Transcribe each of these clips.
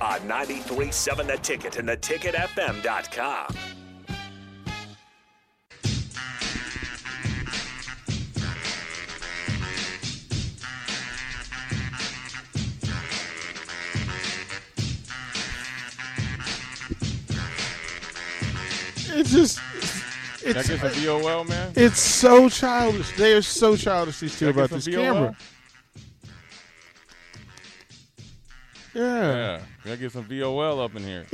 on 93.7 The Ticket and theticketfm.com. It's just That it's gets a VOL, man. it's so childish. They are so childish these two That about get this some camera. Yeah, Yeah, gotta get some VOL up in here.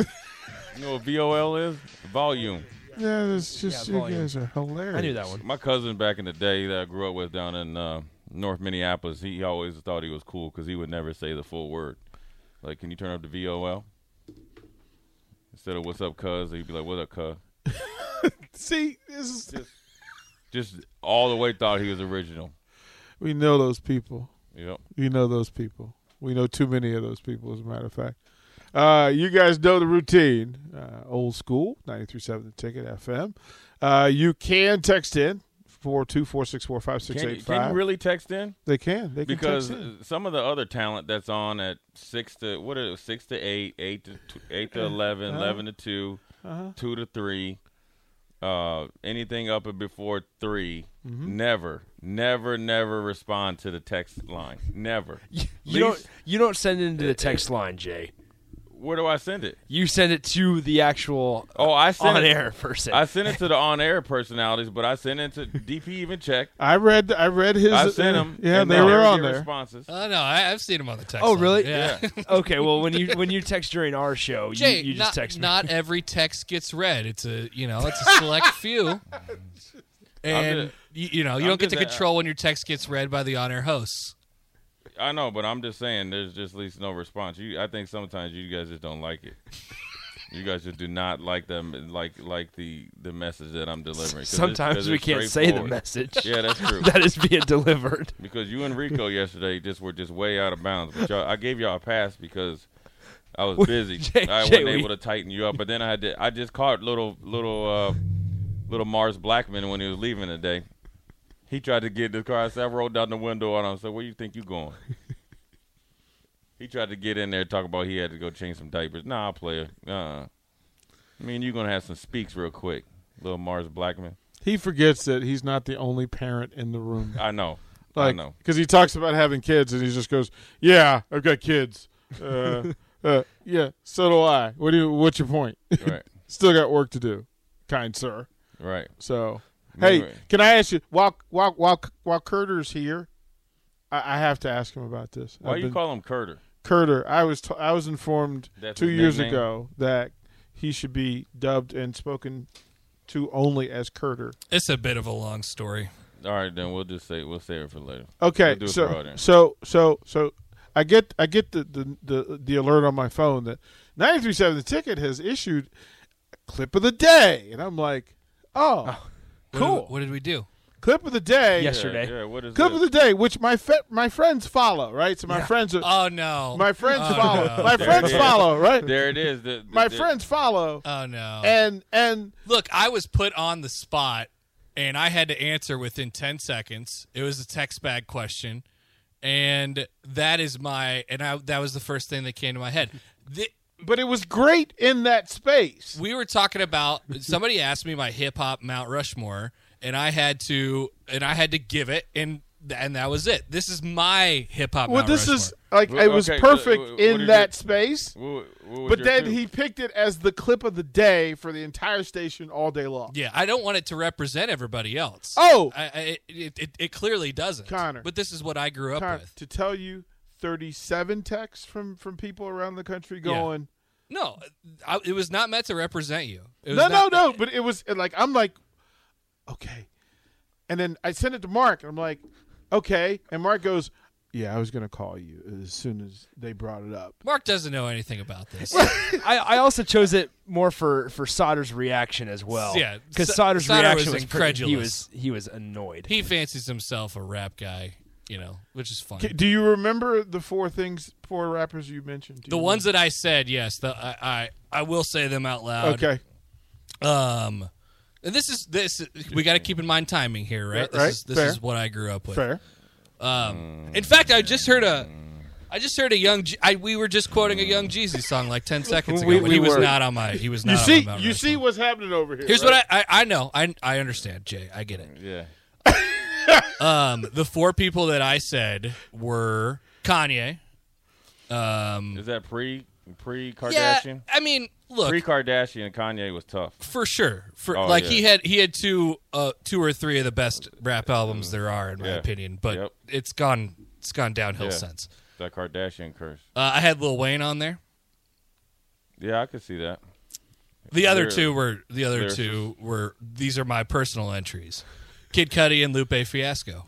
you know what VOL is? Volume. yeah, it's just Yeah, you volume. guys are hilarious. I knew that one. My cousin back in the day that I grew up with down in uh, North Minneapolis, he always thought he was cool because he would never say the full word. Like, can you turn up the VOL? Instead of "What's up, cuz," he'd be like, "What up, cuz?" See, this is, Just all the way thought he was original. we know those people. Yep. We know those people. We know too many of those people, as a matter of fact. Uh, you guys know the routine. Uh, old school, 937 The Ticket FM. Uh, you can text in, 424 Can, you- can you really text in? They can. They can because text in. uh, some of the other talent that's on at six to what is it, six to eight, eight to tw- eight Uh-huh. to 11 11 to 2 two to three, uh, anything up and before 3 Mm-hmm. never, never, never respond to the text line. Never. You don't you don't send it into the text line, Jay. Where do I send it? You send it to the actual Oh, I send on it, air person. I send it to the on air personalities, but I send it to DP. Even check. I read. I read his. I sent them. Yeah, and they I were never on get there. Responses. Uh, no, I, I've seen him on the text. oh, line. really? Yeah. okay. Well, when you when you text during our show, you, Jay, you not, just text me. not every text gets read. It's a you know, it's a select few. And just- you, you know, you I'm don't get to just a- control when your text gets read by the on-air hosts. I know, but I'm just saying there's just at least no response. You, I think sometimes you guys just don't like it. you guys just do not like them, like like the the message that I'm delivering. 'Cause it's- Sometimes 'cause we it's can't say the straightforward. message Yeah, that's true. that is being delivered. because you and Rico yesterday just were just way out of bounds. But y'all, I gave y'all a pass because I was busy. Jay- I wasn't Jay, we- able to tighten you up. But then I had to, I just caught little little uh, little Mars Blackman when he was leaving today. He tried to get in the car. I said, I rolled down the window on him. I said, Where you think you going? he tried to get in there talk about he had to go change some diapers. Nah, I'll play it. Uh-uh. I mean, you're going to have some speaks real quick, little Mars Blackman. He forgets that he's not the only parent in the room. I know. I Like, know. because he talks about having kids, and he just goes, "Yeah, I've got kids. Uh, uh, yeah, so do I. What do you? What's your point? Right. Still got work to do, kind sir. Right. So, hey, Anyway. can I ask you while while while while Curter's here, I, I have to ask him about this. Why I've you been- call him Curter? Curter, I was t- I was informed That's two his years nickname? ago that he should be dubbed and spoken to only as Curter. It's a bit of a long story. All right, then we'll just say we'll save it for later. Okay, We'll do it for so Rodden. so so so I get I get the the the, the alert on my phone that 937 the ticket has issued a clip of the day, and I'm like, oh, What Did, Cool. we- what did we do? clip of the day, Yes, Yeah, Yesterday. Yeah, what is clip this? of the day, which my fe- my friends follow, right? So my friends are. Oh no. my friends oh, follow. No. My friends it is. follow, right? There it is. The, the- My the- friends follow, Oh no. and and Look, I was put on the spot and I had to answer within 10 seconds. It was a text bag question. And that is my, and I, that was the first thing that came to my head. The, but it was great in that space. we were talking about, somebody asked me my hip hop Mount Rushmore and I had to, and I had to give it. And, and that was it. This is my hip hop. Well, Mount this is Rushmore. like Well, it was okay, perfect what- what in did that you- space. What- what was But your then two? he picked it as the clip of the day for the entire station all day long. Yeah, I don't want it to represent everybody else. Oh! I, I, it, it, it clearly doesn't. Connor. But this is what I grew up Time with. to tell you 37 texts from from people around the country going, No, I, it was not meant to represent you. It was "No, not- no, no." But it was like I'm like, "Okay." And then I sent it to Mark and I'm like, "Okay." And Mark goes, Yeah, I was going to call you as soon as they brought it up. Mark doesn't know anything about this. I, I also chose it more for for Soder's reaction as well. Yeah, because S- Soder's Sauter reaction was was, pretty- He incredulous. was he was annoyed. he fancies himself a rap guy, you know, which is fun. K- Do you remember the four things, four rappers you mentioned? Do the you ones that I said, yes, the, I, I I will say them out loud. Okay. Um, and this is this we got to keep in mind timing here, right? Right, This right, is this fair. is what I grew up with. Fair. In fact, I just heard a. I just heard a young. Je- I, we were just quoting a young Jeezy song like ten seconds ago. We- but we he was were. not on my. He was not. You on see, my you list. see what's happening over here. Here's what I, I I know. I I understand, Jay. I get it. Yeah. Um, the four people that I said were Kanye. Um, Is that pre pre yeah, Kardashian? I mean, look, Pre Kardashian and Kanye was tough. for sure. For Oh, like yeah. he had he had two uh two or three of the best rap albums there are in my Yeah. opinion, but Yep. it's gone it's gone downhill Yeah. since. That Kardashian curse. Uh, I had Lil Wayne on there. Yeah, I could see that. The other Lyric- two were the other lyricist. two were these are my personal entries. Kid Cudi and Lupe Fiasco.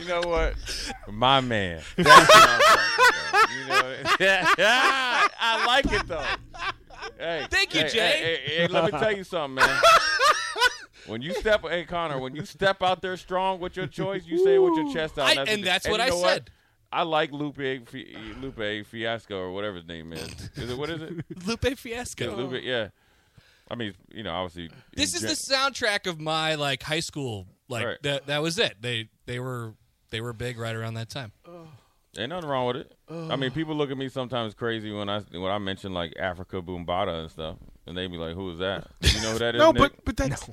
You know what? My man. That's what I'm talking about. You know, I, I like it though. Hey, Thank you, hey, Jay. Hey, hey, hey, let me tell you something, man. When you step, hey Connor, when you step out there strong with your choice, you say it with your chest out, I- and that's what you I know said. I like Lupe Fi- Lupe Fiasco or whatever his name is. Is it what is it? Lupe Fiasco. Yeah, Lupe. Yeah. I mean, you know, obviously. in this is gen- the soundtrack of my like high school like Right. that that was it they they were they were big right around that time Ain't nothing wrong with it. I mean, people look at me sometimes crazy when I when I mention like Africa Boombata and stuff, and they be like, "Who is that? You know who that is?" No, Nick?" but but that's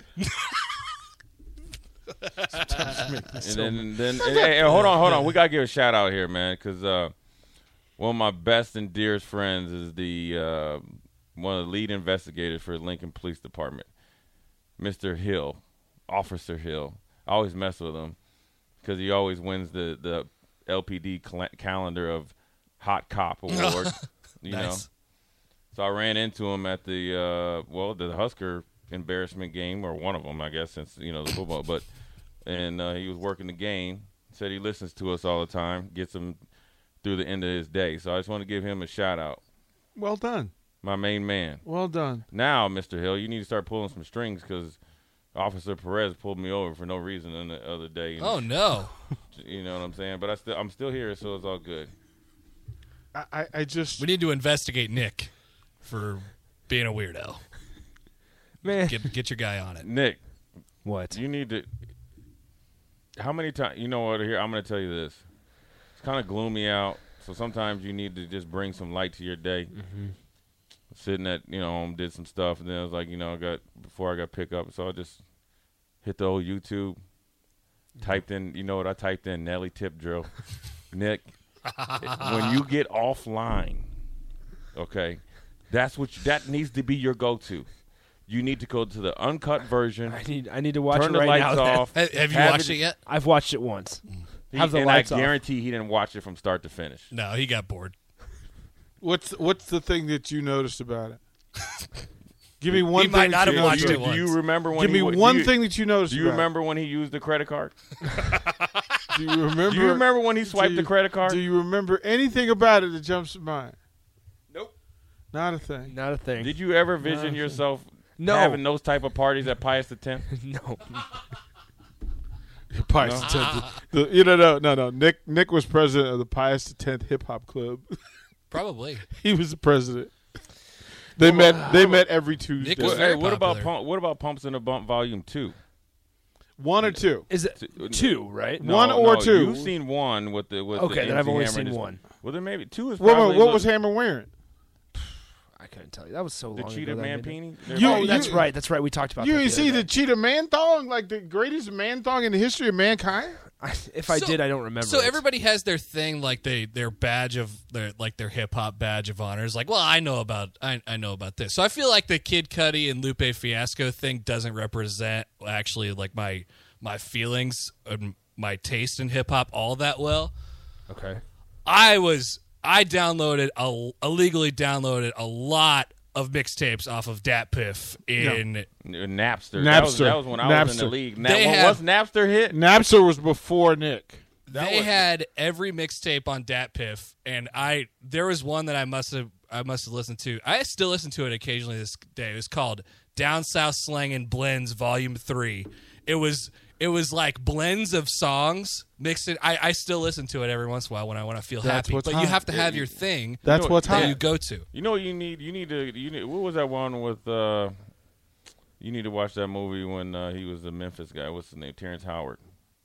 and then then and- hey, hey, hold on, hold on. We gotta give a shout out here, man, because uh, one of my best and dearest friends is the uh, one of the lead investigators for Lincoln Police Department, Mister Hill, Officer Hill. I always mess with him because he always wins the the LPD cl- calendar of Hot Cop Award. you know. Nice. So I ran into him at the uh, well, the Husker embarrassment game, or one of them, I guess, since you know the football. But and uh, he was working the game. Said he listens to us all the time, gets him through the end of his day. So I just want to give him a shout out, well done. my main man. Well done. Now, Mister Hill, you need to start pulling some strings because Officer Perez pulled me over for no reason the n- other day. and- oh no you know what I'm saying. But I still, I'm still here, so it's all good. I, I, I just we need to investigate nick for being a weirdo Man, get get your guy on it Nick, what? You need to. How many times? You know what? Here, I'm going to tell you this. It's kind of gloomy out, so sometimes you need to just bring some light to your day. Sitting at you know home, did some stuff, and then I was like, you know, I got before I got pick up, so I just hit the old YouTube. Typed in, you know what I typed in? Nelly tip drill. Nick, when you get offline, okay, that's what you, that needs to be your go-to. You need to go to the uncut version I need I need to watch turn it the right lights now. off. Ha- have you watched it yet I've watched it once. He- Have the and lights I off. guarantee he didn't watch it from start to finish. no he got bored what's what's the thing that you noticed about it? Give me one. He might thing not that you have watched noticed. do, it you, do you once. remember when? Give he me wa- do one you- thing that you noticed. Do you about it. remember when he used the credit card? Do you remember? Do you remember when he do swiped the you- credit card? Do you remember anything about it that jumps to mind? Nope. Not a thing. Not a thing. Did you ever vision yourself No. having those type of parties at Pius X? no. The Pius X. Ah. The, you know, no, no, no. Nick Nick was president of the Pius X Hip Hop Club. probably he was the president. They met. They met every Tuesday. was hey, very what about popular. pump, what about Pumps in a Bump Volume Two? One or two. Is it two? Right? No, One or no, two. You've seen one with the with Okay, the then I've MC only Hammer seen just- one. Well, then maybe two is What, probably what, what the- was Hammer wearing? I couldn't tell Oh, you. That was so the long cheetah ago. that I man made it. peenie? You- oh, that's right. That's right. We talked about You that. ain't the see other the cheetah man thong, like the greatest man thong in the history of mankind. day. if I So- did, I don't remember. so it. everybody has their thing like they their badge of their like their hip-hop badge of honor is like well i know about I, I know about this so i feel like the kid cuddy and lupe fiasco thing doesn't represent actually like my my feelings and my taste in hip-hop all that well Okay. I was I downloaded a, illegally downloaded a lot of mixtapes off of Datpiff in Napster. That was, Napster. that was when I was in the Napster. league. Na- They when- have- once Napster hit, Napster was before Nick. they had every mixtape on Datpiff, and I there was one that I must have I must have listened to. I still listen to it occasionally this day. It was called Down South Slang and Blends Volume Three. It was it was like blends of songs mixed in. I, I still listen to it every once in a while when I want to feel That's happy. what's But you hot. have to have your thing That's know, what's they- that hot. you go to. you know what you need. You need to. You need. What was that one with? uh You need to watch that movie when uh, he was the Memphis guy. What's his name? Terrence Howard.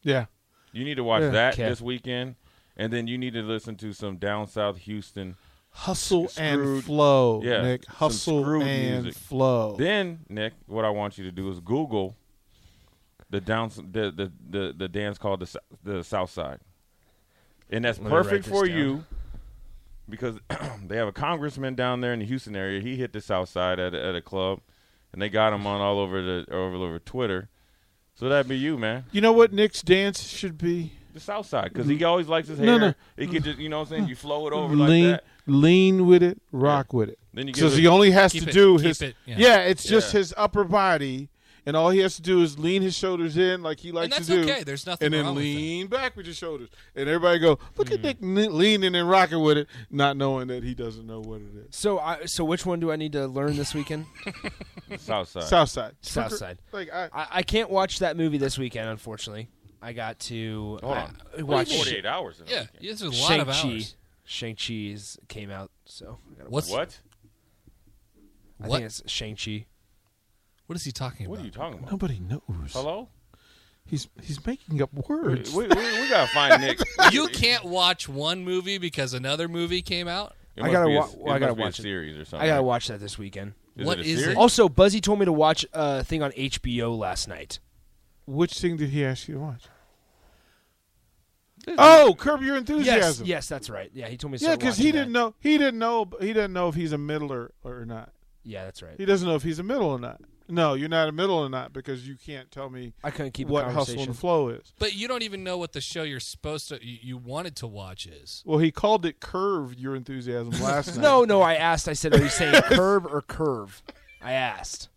yeah. You need to watch Yeah. that Okay. this weekend, and then you need to listen to some down south Houston. Hustle Screwed- and flow, yeah, Nick. some Hustle screwed and music. flow. Then Nick, what I want you to do is Google the down the the the, the dance called the Sou- the South Side, and that's Let me write perfect this for down. you because they have a congressman down there in the Houston area. He hit the South Side at a, at a club, and they got him on all over the all over Twitter. So that'd be you, man. You know what Nick's dance should be? The South Side, because he always likes his hair. No, no. He could just, you know what I'm saying? You flow it over lean, like that. lean with it, rock with it. Then you so give it- he only has Keep to it- do keep his. it, yeah. yeah. it's just Yeah. his upper body, and all he has to do is lean his shoulders in like he likes that's to do. okay. There's nothing And then wrong with that. Hmm. lean back with your shoulders, and everybody go look at Nick ne- leaning and rocking with it, not knowing that he doesn't know what it is. So, I, so which one do I need to learn this weekend? The South Side. Southside, Southside. Like I, I, I can't watch that movie this weekend, unfortunately. I got to Hold I- on. I watch Sh- 48 hours. In a Yeah, it's weekend. a lot of Shang-Chi. hours. Shang-Chi's came out, so I gotta- What's What? I what? think it's Shang-Chi. What is he talking What are about? you talking about? nobody knows. Oh. Hello? He's he's making up We, words. we, we we gotta find Nick. You can't watch one movie because another movie came out. It I must gotta be a- wa- well, I it gotta must be a watch it. series or something. I gotta watch that this weekend. Is What it? A is series? it? Also, Buzzy told me to watch a thing on HBO last night. Which thing did he ask you to watch? Oh, curb your Yes, enthusiasm. yes, that's right. Yeah, he told me. to yeah, start because he watching didn't that. know. He didn't know. He didn't know if he's a middler or not. Yeah, that's right. He doesn't know if he's a middle or not. No, you're not a middle or not because you can't tell me I couldn't keep what a hustle conversation. and flow is. But you don't even know what the show you're supposed to you, you wanted to watch is. Well, he called it curve your enthusiasm last night. no, no, I asked. I said, "Are you saying curb or curve?" I asked.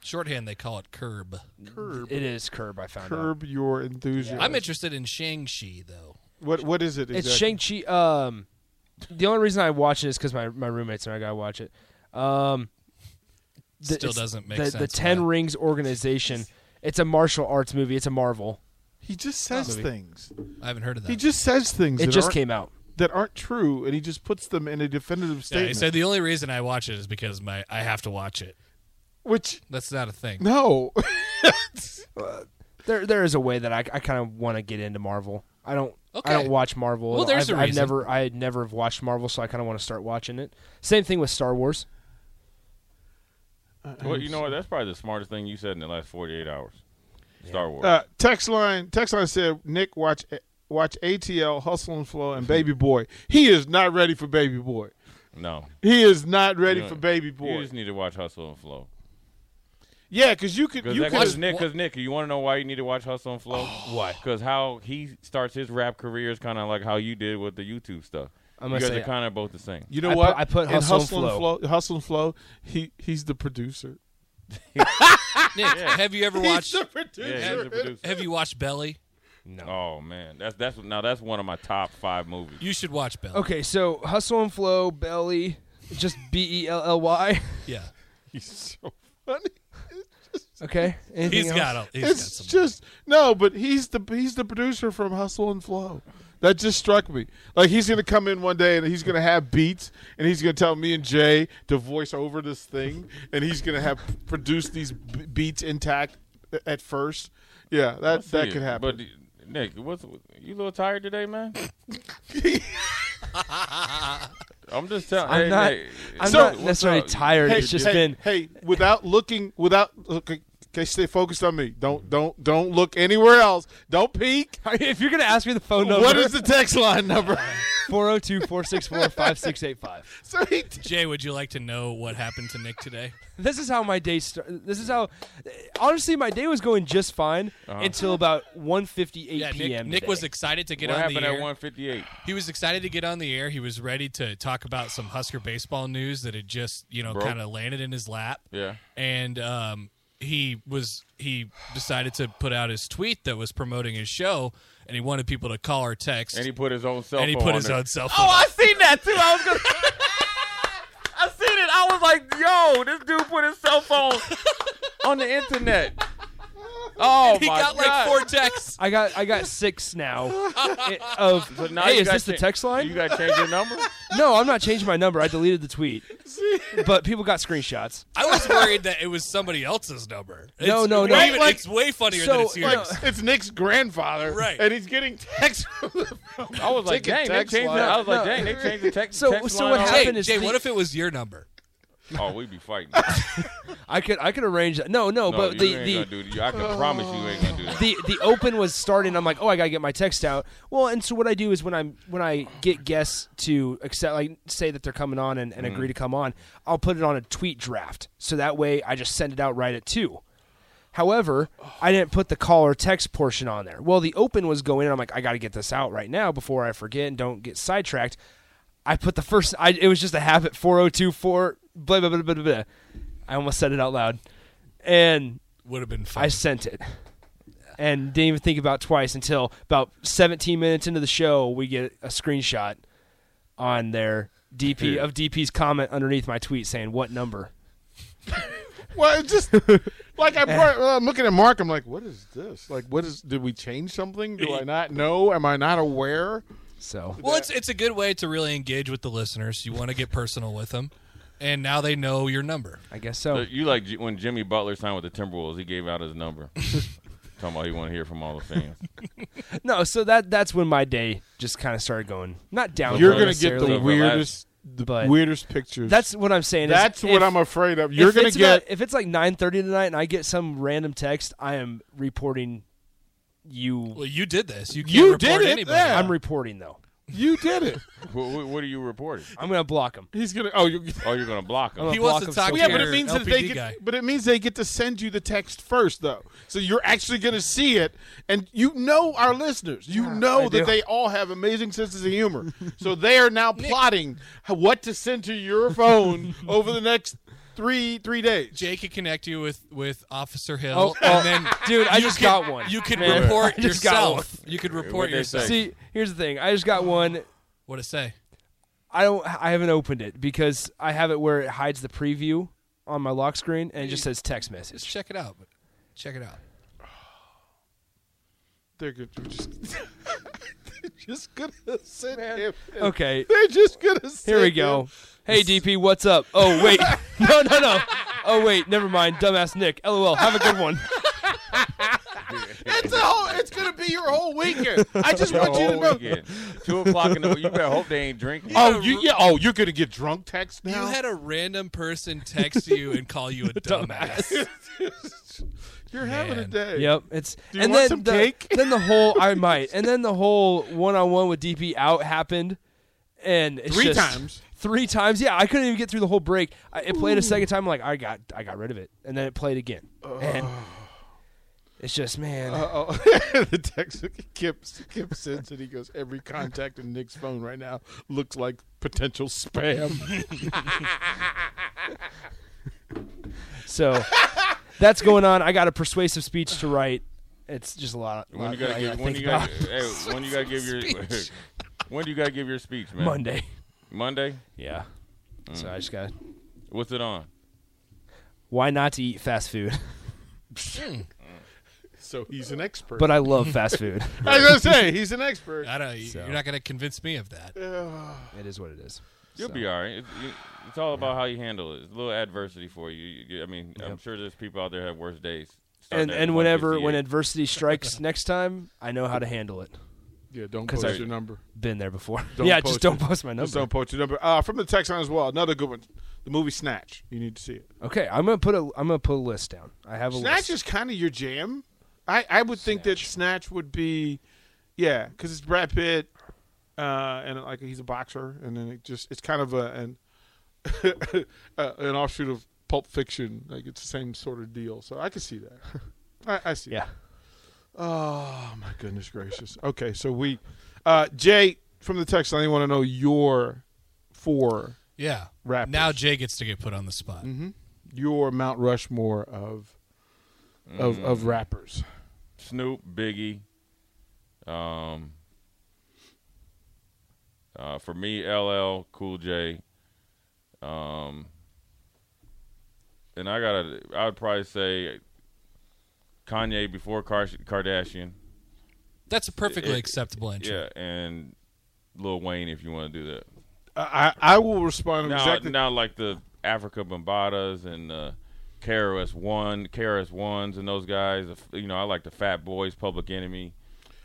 Shorthand they call it curb. curb, It is curb. I found out. curb your enthusiasm. I'm interested in Shang-Chi though. what what is it? It's exactly? Shang Chi. Um, the only reason I watch it is because my my roommates and I gotta watch it. Um, the- Still it's doesn't make the, sense. The Ten why. Rings organization. It's a martial arts movie. It's a Marvel. He just says Movie. things. I haven't heard of that. He just says things. It that just aren't- came out. that aren't true, and he just puts them in a definitive yeah, statement. he said the only reason I watch it is because my I have to watch it. which That's not a thing. no, There there is a way that I, I kind of want to get into Marvel. I don't. Okay. I don't watch Marvel. Well, there's I've, a I've reason. never I had never have watched Marvel, so I kind of want to start watching it. Same thing with Star Wars. Well, you know what? That's probably the smartest thing you said in the last 48 hours. Star Wars. Uh, text line text line said Nick watch watch ATL Hustle and Flow and Baby Boy. He is not ready for Baby Boy. no. He is not ready You know, for Baby You Boy. just need to watch Hustle and Flow. yeah, because you could you Because could Nick, because Nick, you want to know why you need to watch Hustle and Flow? why? Because how he starts his rap career is kind of like how you did with the YouTube stuff. I'm you gonna guys say- are kind of both the same. you know I put- what I put In Hustle and and Flow. Hustle and Flow. He he's the producer. Nick, have you ever watched producer. Yeah, he's a producer. Have you watched Belly? Oh man, that's that's now that's one of my top five movies. You should watch Belly. Okay, so Hustle and Flow, Belly, just B E L L Y. Yeah. He's so funny. Okay, anything He's else? got a, he's It's got some just no, but he's the he's the producer from Hustle and Flow. That just struck me. Like he's gonna come in one day and he's gonna have beats and he's gonna tell me and Jay to voice over this thing and he's gonna have produced these b- beats intact at first. Yeah, that that See, could happen. But uh, Nick, what's you a little tired today, man? I'm just telling. I'm hey, not. Nick, I'm So- not necessarily tired. hey, it's just hey, been. hey, without looking, without okay, okay, stay focused on me. Don't don't don't look anywhere else. Don't peek. If you're gonna ask me the phone number, What is the text line number? 402 464 5685. So he did. Jay, would you like to know what happened to Nick today? This is how my day started. This is how, honestly, my day was going just fine Uh-huh. until about 1.58 Yeah, Nick, p.m. Nick was today. excited to get What on the happened at air. 158? He was excited to get on the air. He was ready to talk about some Husker baseball news that had just, you know, Broke. kind of landed in his lap. Yeah. And um, he was he decided to put out his tweet that was promoting his show, and he wanted people to call or text. And he put his own cell and he phone put on his there. own cell phone. Oh, I seen that too. I was gonna. I seen it. I was like, yo, this dude put his cell phone on the internet. Oh he my got like God. four texts. I got I got six now. It- of So now hey, you is gotta this the cha- text line? You got to change your number. no, I'm not changing my number. I deleted the tweet, but people got screenshots. I was worried that it was somebody else's number. It's No, no, no. way- Like- it's way funnier so, than it's yours. like, It's Nick's grandfather, Right. And he's getting texts. from the phone. I was like, Take a dang, they text changed. line. The, I was like, No. dang, they changed the text. So- text so line what on- Hey, happened is Jay, the- what if it was your number? Oh, we be fighting. I could I could arrange that. No, no, No, but you the ain't the, gonna do that. I can promise you, ain't gonna do that. the the open was starting. I'm like, oh, I gotta get my text out. Well, and so what I do is when I'm when I get guests to accept, like say that they're coming on and, and agree to come on, I'll put it on a tweet draft. So that way, I just send it out right at two. However, I didn't put the call or text portion on there. Well, the open was going, and I'm like, I gotta get this out right now before I forget and don't get sidetracked. I put the first. I it was just a habit. Four oh two four. Blah blah blah blah blah. I almost said it out loud, and Would have been fun. I sent it and didn't even think about it twice until about 17 minutes into the show we get a screenshot on their DP of DP's comment underneath my tweet saying what number. Well, it's just like Eh. I brought, well, I'm looking at Mark. I'm like, what is this? Like, what is? Did we change something? Do I not know? Am I not aware? So Well, it's it's a good way to really engage with the listeners. You want to get personal with them, and now they know your number. I guess So so. you like J- when Jimmy Butler signed with the Timberwolves, he gave out his number. Talking about he want to hear from all the fans. No, so that that's when my day just kind of started going not down. You're gonna get necessarily, the Relax. weirdest, the But- weirdest pictures. That's what I'm saying. is that's if- what I'm afraid of. You're if gonna it's about- get if it's like 9:30 tonight and I get some random text, I am reporting you. Well, you did this. You can't You report did it, anybody. yeah. I'm reporting though. you did it. what, what, what are you reporting? I'm gonna block him. He's gonna. Oh, you. Oh, you're gonna block him. I'm He gonna wants block to him talk so to Yeah, bad. but it means that they LPD get, guy. but it means they get to send you the text first, though. So you're actually going to see it, and you know our listeners. You know I that do. they all have amazing senses of humor. so they are now plotting h- what to send to your phone over the next three three days. Jay could connect you with with Officer Hill, Oh, and then dude, I you just could- got one. You could Man, report I just got yourself. You could report What'd they yourself. say? See, here's the thing. I just got one. What to say? I don't. I haven't opened it because I have it where it hides the preview on my lock screen and it just says text Just message. check it out. Check it out. They're good. They're just, they're just going to send him. Okay, They're just going to send here we him- go. Hey DP, what's up? Oh wait, no, no, no. Oh wait, never mind. Dumbass Nick. LOL. Have a good one. That's a whole, it's going to be your whole weekend. I just Your want you to whole know. weekend. Two o'clock in the you better hope they ain't drinking. Oh, you, yeah, oh, you're going to get drunk text now? You had a random person text you and call you a dumbass. You're having a Man. day. Yep. It's Do you and want then some the, cake? then the whole I might and then the whole one on one with DP out happened, and it's Three just- times. Three times, yeah. I couldn't even get through the whole break. I, it played a second time. I'm like, I got, I got rid of it, and then it played again. And it's just, man, Uh-oh. the text Kip Kip sends it. He goes, every contact in Nick's phone right now looks like potential spam. So that's going on. I got a persuasive speech to write. It's just a lot. When lot you gotta I give gotta when think you gotta about. hey, when you gotta give your when do you gotta give your speech, man? Monday. Monday. Yeah. Mm. So I just got. to What's it on? Why not to eat fast food? so he's an expert. But I love fast food. I was gonna say he's an expert. I don't. So. You're not going to convince me of that. it is what it is. You'll So. be all right. It's, you, it's all about how you handle it. It's a little adversity for you. You- you- I mean, I'm sure there's people out there have worse days. Start And that and at whenever when 158. adversity strikes next time, I know how to handle it. yeah, don't 'Cause post I- your number. Been there before. Don't yeah, post just don't it. post my number. Just don't post your number. Uh, from the text line as well. Another good one. The movie Snatch. You need to see it. Okay, I'm gonna put a I'm gonna put a list down. I have a Snatch list. is kind of your jam. I, I would think that Snatch would be, yeah, because it's Brad Pitt, uh, and like he's a boxer, and then it just it's kind of a an uh, an offshoot of Pulp Fiction. Like it's the same sort of deal. So I can see that. I, I see. Yeah. Oh my goodness gracious. Okay, so we, uh, Jay from the text line, I want to know your four, Yeah. Rappers. Now Jay gets to get put on the spot. Mm-hmm. your Mount Rushmore of of of rappers. Snoop, Biggie. Um, uh, for me, LL Cool J. Um, and I gotta, I would probably say Kanye before Kar- Kardashian. That's a perfectly It- it- acceptable entry. Yeah, and Lil Wayne if you want to do that. I I I will respond Now, exactly. now like the Africa Bombadas and uh, KRS One, KRS Ones, and those guys. the f- You know, I like the Fat Boys, Public Enemy,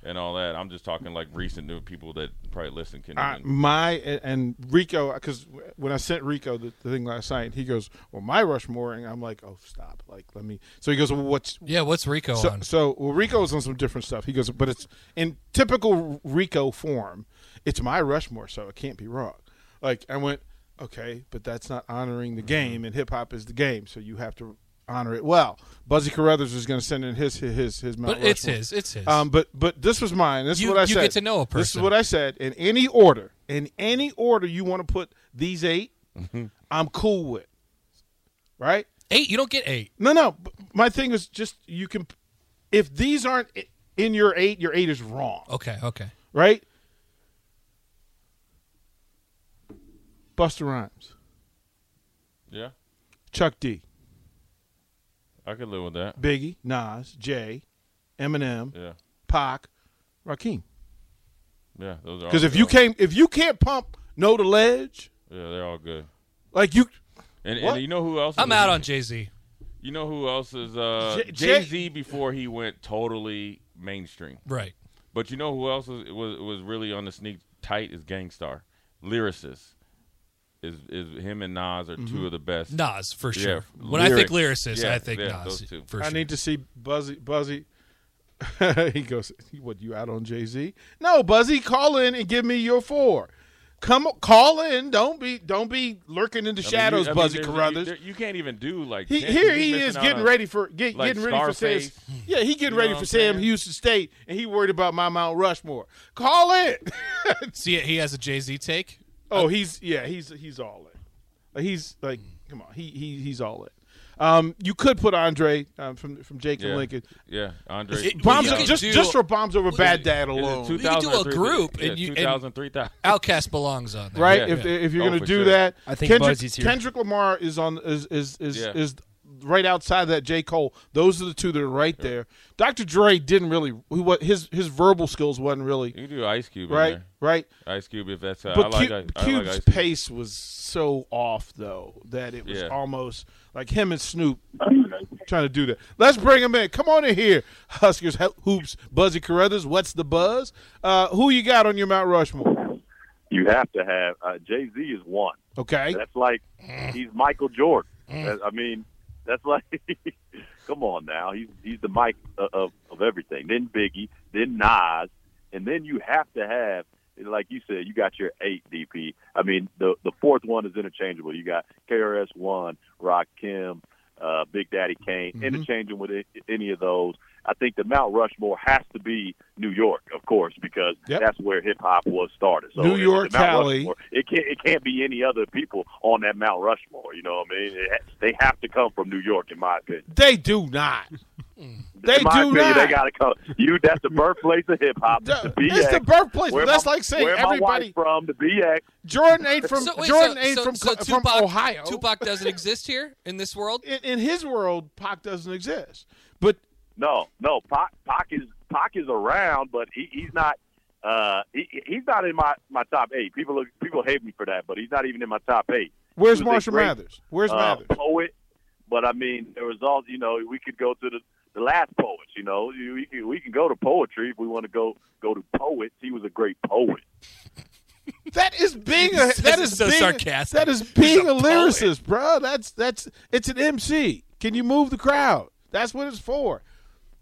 and all that. I'm just talking like recent new people that probably listen can. I, even- my and Rico, because when I sent Rico the, the thing last night, he goes, "Well, my Rushmore," and I'm like, "Oh, stop!" Like, let me. So he goes, "Well, what's Yeah, what's Rico So, on? so well, Rico's on some different stuff. He goes, but it's in typical Rico form. It's my Rushmore, so it can't be wrong. Like I went, okay, but that's not honoring the Mm-hmm. game, and hip hop is the game, so you have to honor it well. Buzzy Carruthers is going to send in his his his. Mount But it's Rushmore. his. It's his. Um, but but this was mine. This You- is what I you said. get to know a This is person. what I said. In any order, in any order you want to put these 8 Mm-hmm. i I'm cool with. Right? eight. You don't get eight. No, no. b- My thing is just you can. If these aren't i- in your eight, your eight is wrong, Okay. Okay. right? Buster Rhymes, yeah, Chuck D, I could live with that. Biggie, Nas, Jay, Eminem, Yeah, Pac, Rakim. yeah, those Oh, are all Because if good. you came, if you can't pump "Know the Ledge," yeah, they're all good. like you, And, What? and you know who else? I'm is- out on Jay Z. You know who else is uh, J- J- Jay Z before he went totally mainstream. Right. But you know who else was was, was really on the sneak tight is Gangstar, lyricist. Is is him and Nas are Mm-hmm. two of the best. Nas for Yeah, sure. when I think lyricist, yeah, I think yeah, Nas those two. for I sure. need to see Buzzy. Buzzy. he goes, "What you out on Jay Z?" No, Buzzy, call in and give me your four. Come, on, call in. Don't be, don't be lurking in the I mean, shadows, you- I mean, Buzzy there's- Carruthers. there- You can't even do like he, ten- here you're he missing is out getting on- ready for get, uh, like getting ready for Sam. Scarface. Yeah, he getting You ready know for what I'm Sam saying? Houston State, and he worried about my Mount Rushmore. Call in. See, he has a Jay Z take. Oh, he's yeah, he's he's all in. Like, he's like, come on, he he he's all in. Um, you could put Andre um, from from Jake Yeah, and Lincoln. Yeah, Andre. It- Bombs You could just do- just for bombs over bad dad alone, two- could do a group Yeah, and you- and- 2000, 3000. Outcast belongs on there. right? yeah, if yeah. if you're Oh, gonna for do sure. that, I think Kendrick, Buzz is here. Kendrick Lamar is on is is is Yeah. is right outside that J Cole. Those are the two that are right there. Dr. Dre didn't really who what his his verbal skills wasn't really You can do Ice Cube, in right there. right. Ice Cube, if that's how Uh, I But like. Cu- Ice- I like Cube's Ice Cube. pace was so off though that it was Yeah. almost like him and Snoop trying to do that. Let's bring him in. Come on in here, Huskers Ho- hoops. Buzzy Carruthers, what's the buzz? Uh, who you got on your Mount Rushmore? You have to have uh, Jay Z is one. Okay, That's like he's Michael Jordan. That- I mean, that's like come on now. He's he's the Mike of, of of everything. Then Biggie, then Nas, and then you have to have like you said, you got your eight DP. I mean, the the fourth one is interchangeable. You got KRS One, Rakim, uh, Big Daddy Kane, Mm-hmm. interchanging with it, any of those. I think the Mount Rushmore has to be New York, of course, because Yep. that's where hip hop was started. So New if York, the Mount Cali. Rushmore- it can't it can't be any other people on that Mount Rushmore. You know what I mean? It, they have to come from New York, in my opinion. they do not. They in my do opinion, not. They got to come. You that's the birthplace of hip hop. The- The it's BX. the birthplace, but Where that's my- like saying where everybody- my wife from the BX. Jordan ain't from So, wait, Jordan so, ain't so- from so from Tupac- Ohio. Tupac doesn't exist here in this world. in, in his world, Pac doesn't exist. But No, no. Pac, Pac is Pac is around, but he, he's not. Uh, he, he's not in my, my top eight. People look, people hate me for that, but he's not even in my top eight. where's He was a Marshall great- Mathers? Where's uh, Mathers? poet. But I mean, there was all you know. We could go to the the last poets. You know, You- we can, we can go to poetry if we want to go go to poets. He was a great poet. That is being a This that is is so being, sarcastic. That is He's being a a, lyricist, bro. That's that's it's an MC. Can you move the crowd? That's what it's for.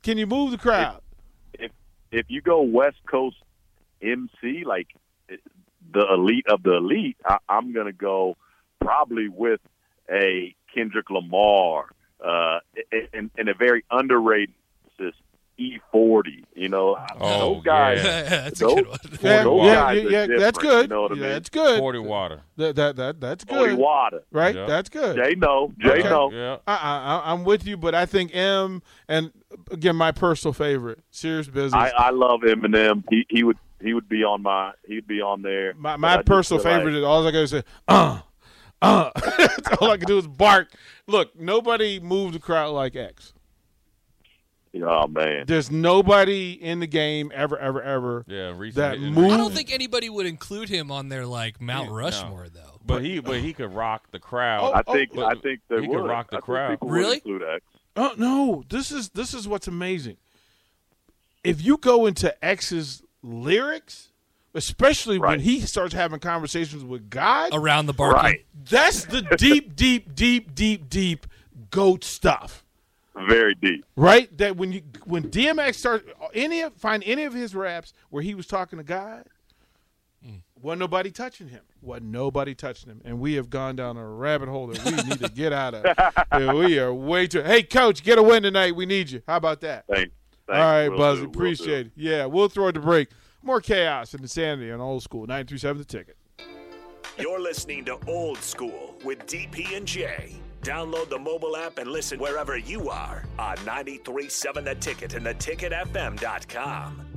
Can you move the crowd? If if you go West Coast MC, like the elite of the elite, I, I'm going to go probably with a Kendrick Lamar uh, in, in a very underrated this E40. You know, Oh, those guys. yeah. That's a Those, good one. Yeah, those yeah, guys yeah, are yeah, that's different, good. You know what I Yeah, mean? That's good. Forty water. That, that, that, that's Forty good. water. Right? Yeah. That's good. Jay no, Jay Okay. no. Yeah. I, I, I'm with you, but I think M and again my personal favorite, serious business. I, I love Eminem. He he would he would be on my he'd be on there. my But I my just personal feel like- favorite is all I gotta say. Uh, uh. That's all I can do is bark. Look, nobody moved the crowd like X. Oh man, There's nobody in the game ever, ever, ever. Yeah. Recent That hit- move- I don't think anybody would include him on their like Mount Yeah, no. Rushmore though. But he but he could rock the crowd. I think but I think they he would could rock the I think crowd. people would Really? include X. Oh no! This is this is what's amazing. If you go into X's lyrics, especially when Right. he starts having conversations with God, Around the barking. Right. that's the deep, deep, deep, deep, deep goat stuff, Very deep. right? That when you when DMX starts any of find any of his raps where he was talking to God, wasn't nobody touching him. Wasn't nobody touching him, and we have gone down a rabbit hole that we need to get out of. And we are way too. Hey, coach, get a win tonight. We need you. How about that? Thanks. All right, Buzz. Appreciate it. Yeah, we'll throw it to break. More chaos and insanity on old school. 937 the ticket. You're listening to Old School with DP and J. Download the mobile app and listen wherever you are on 937 The Ticket and theticketfm.com.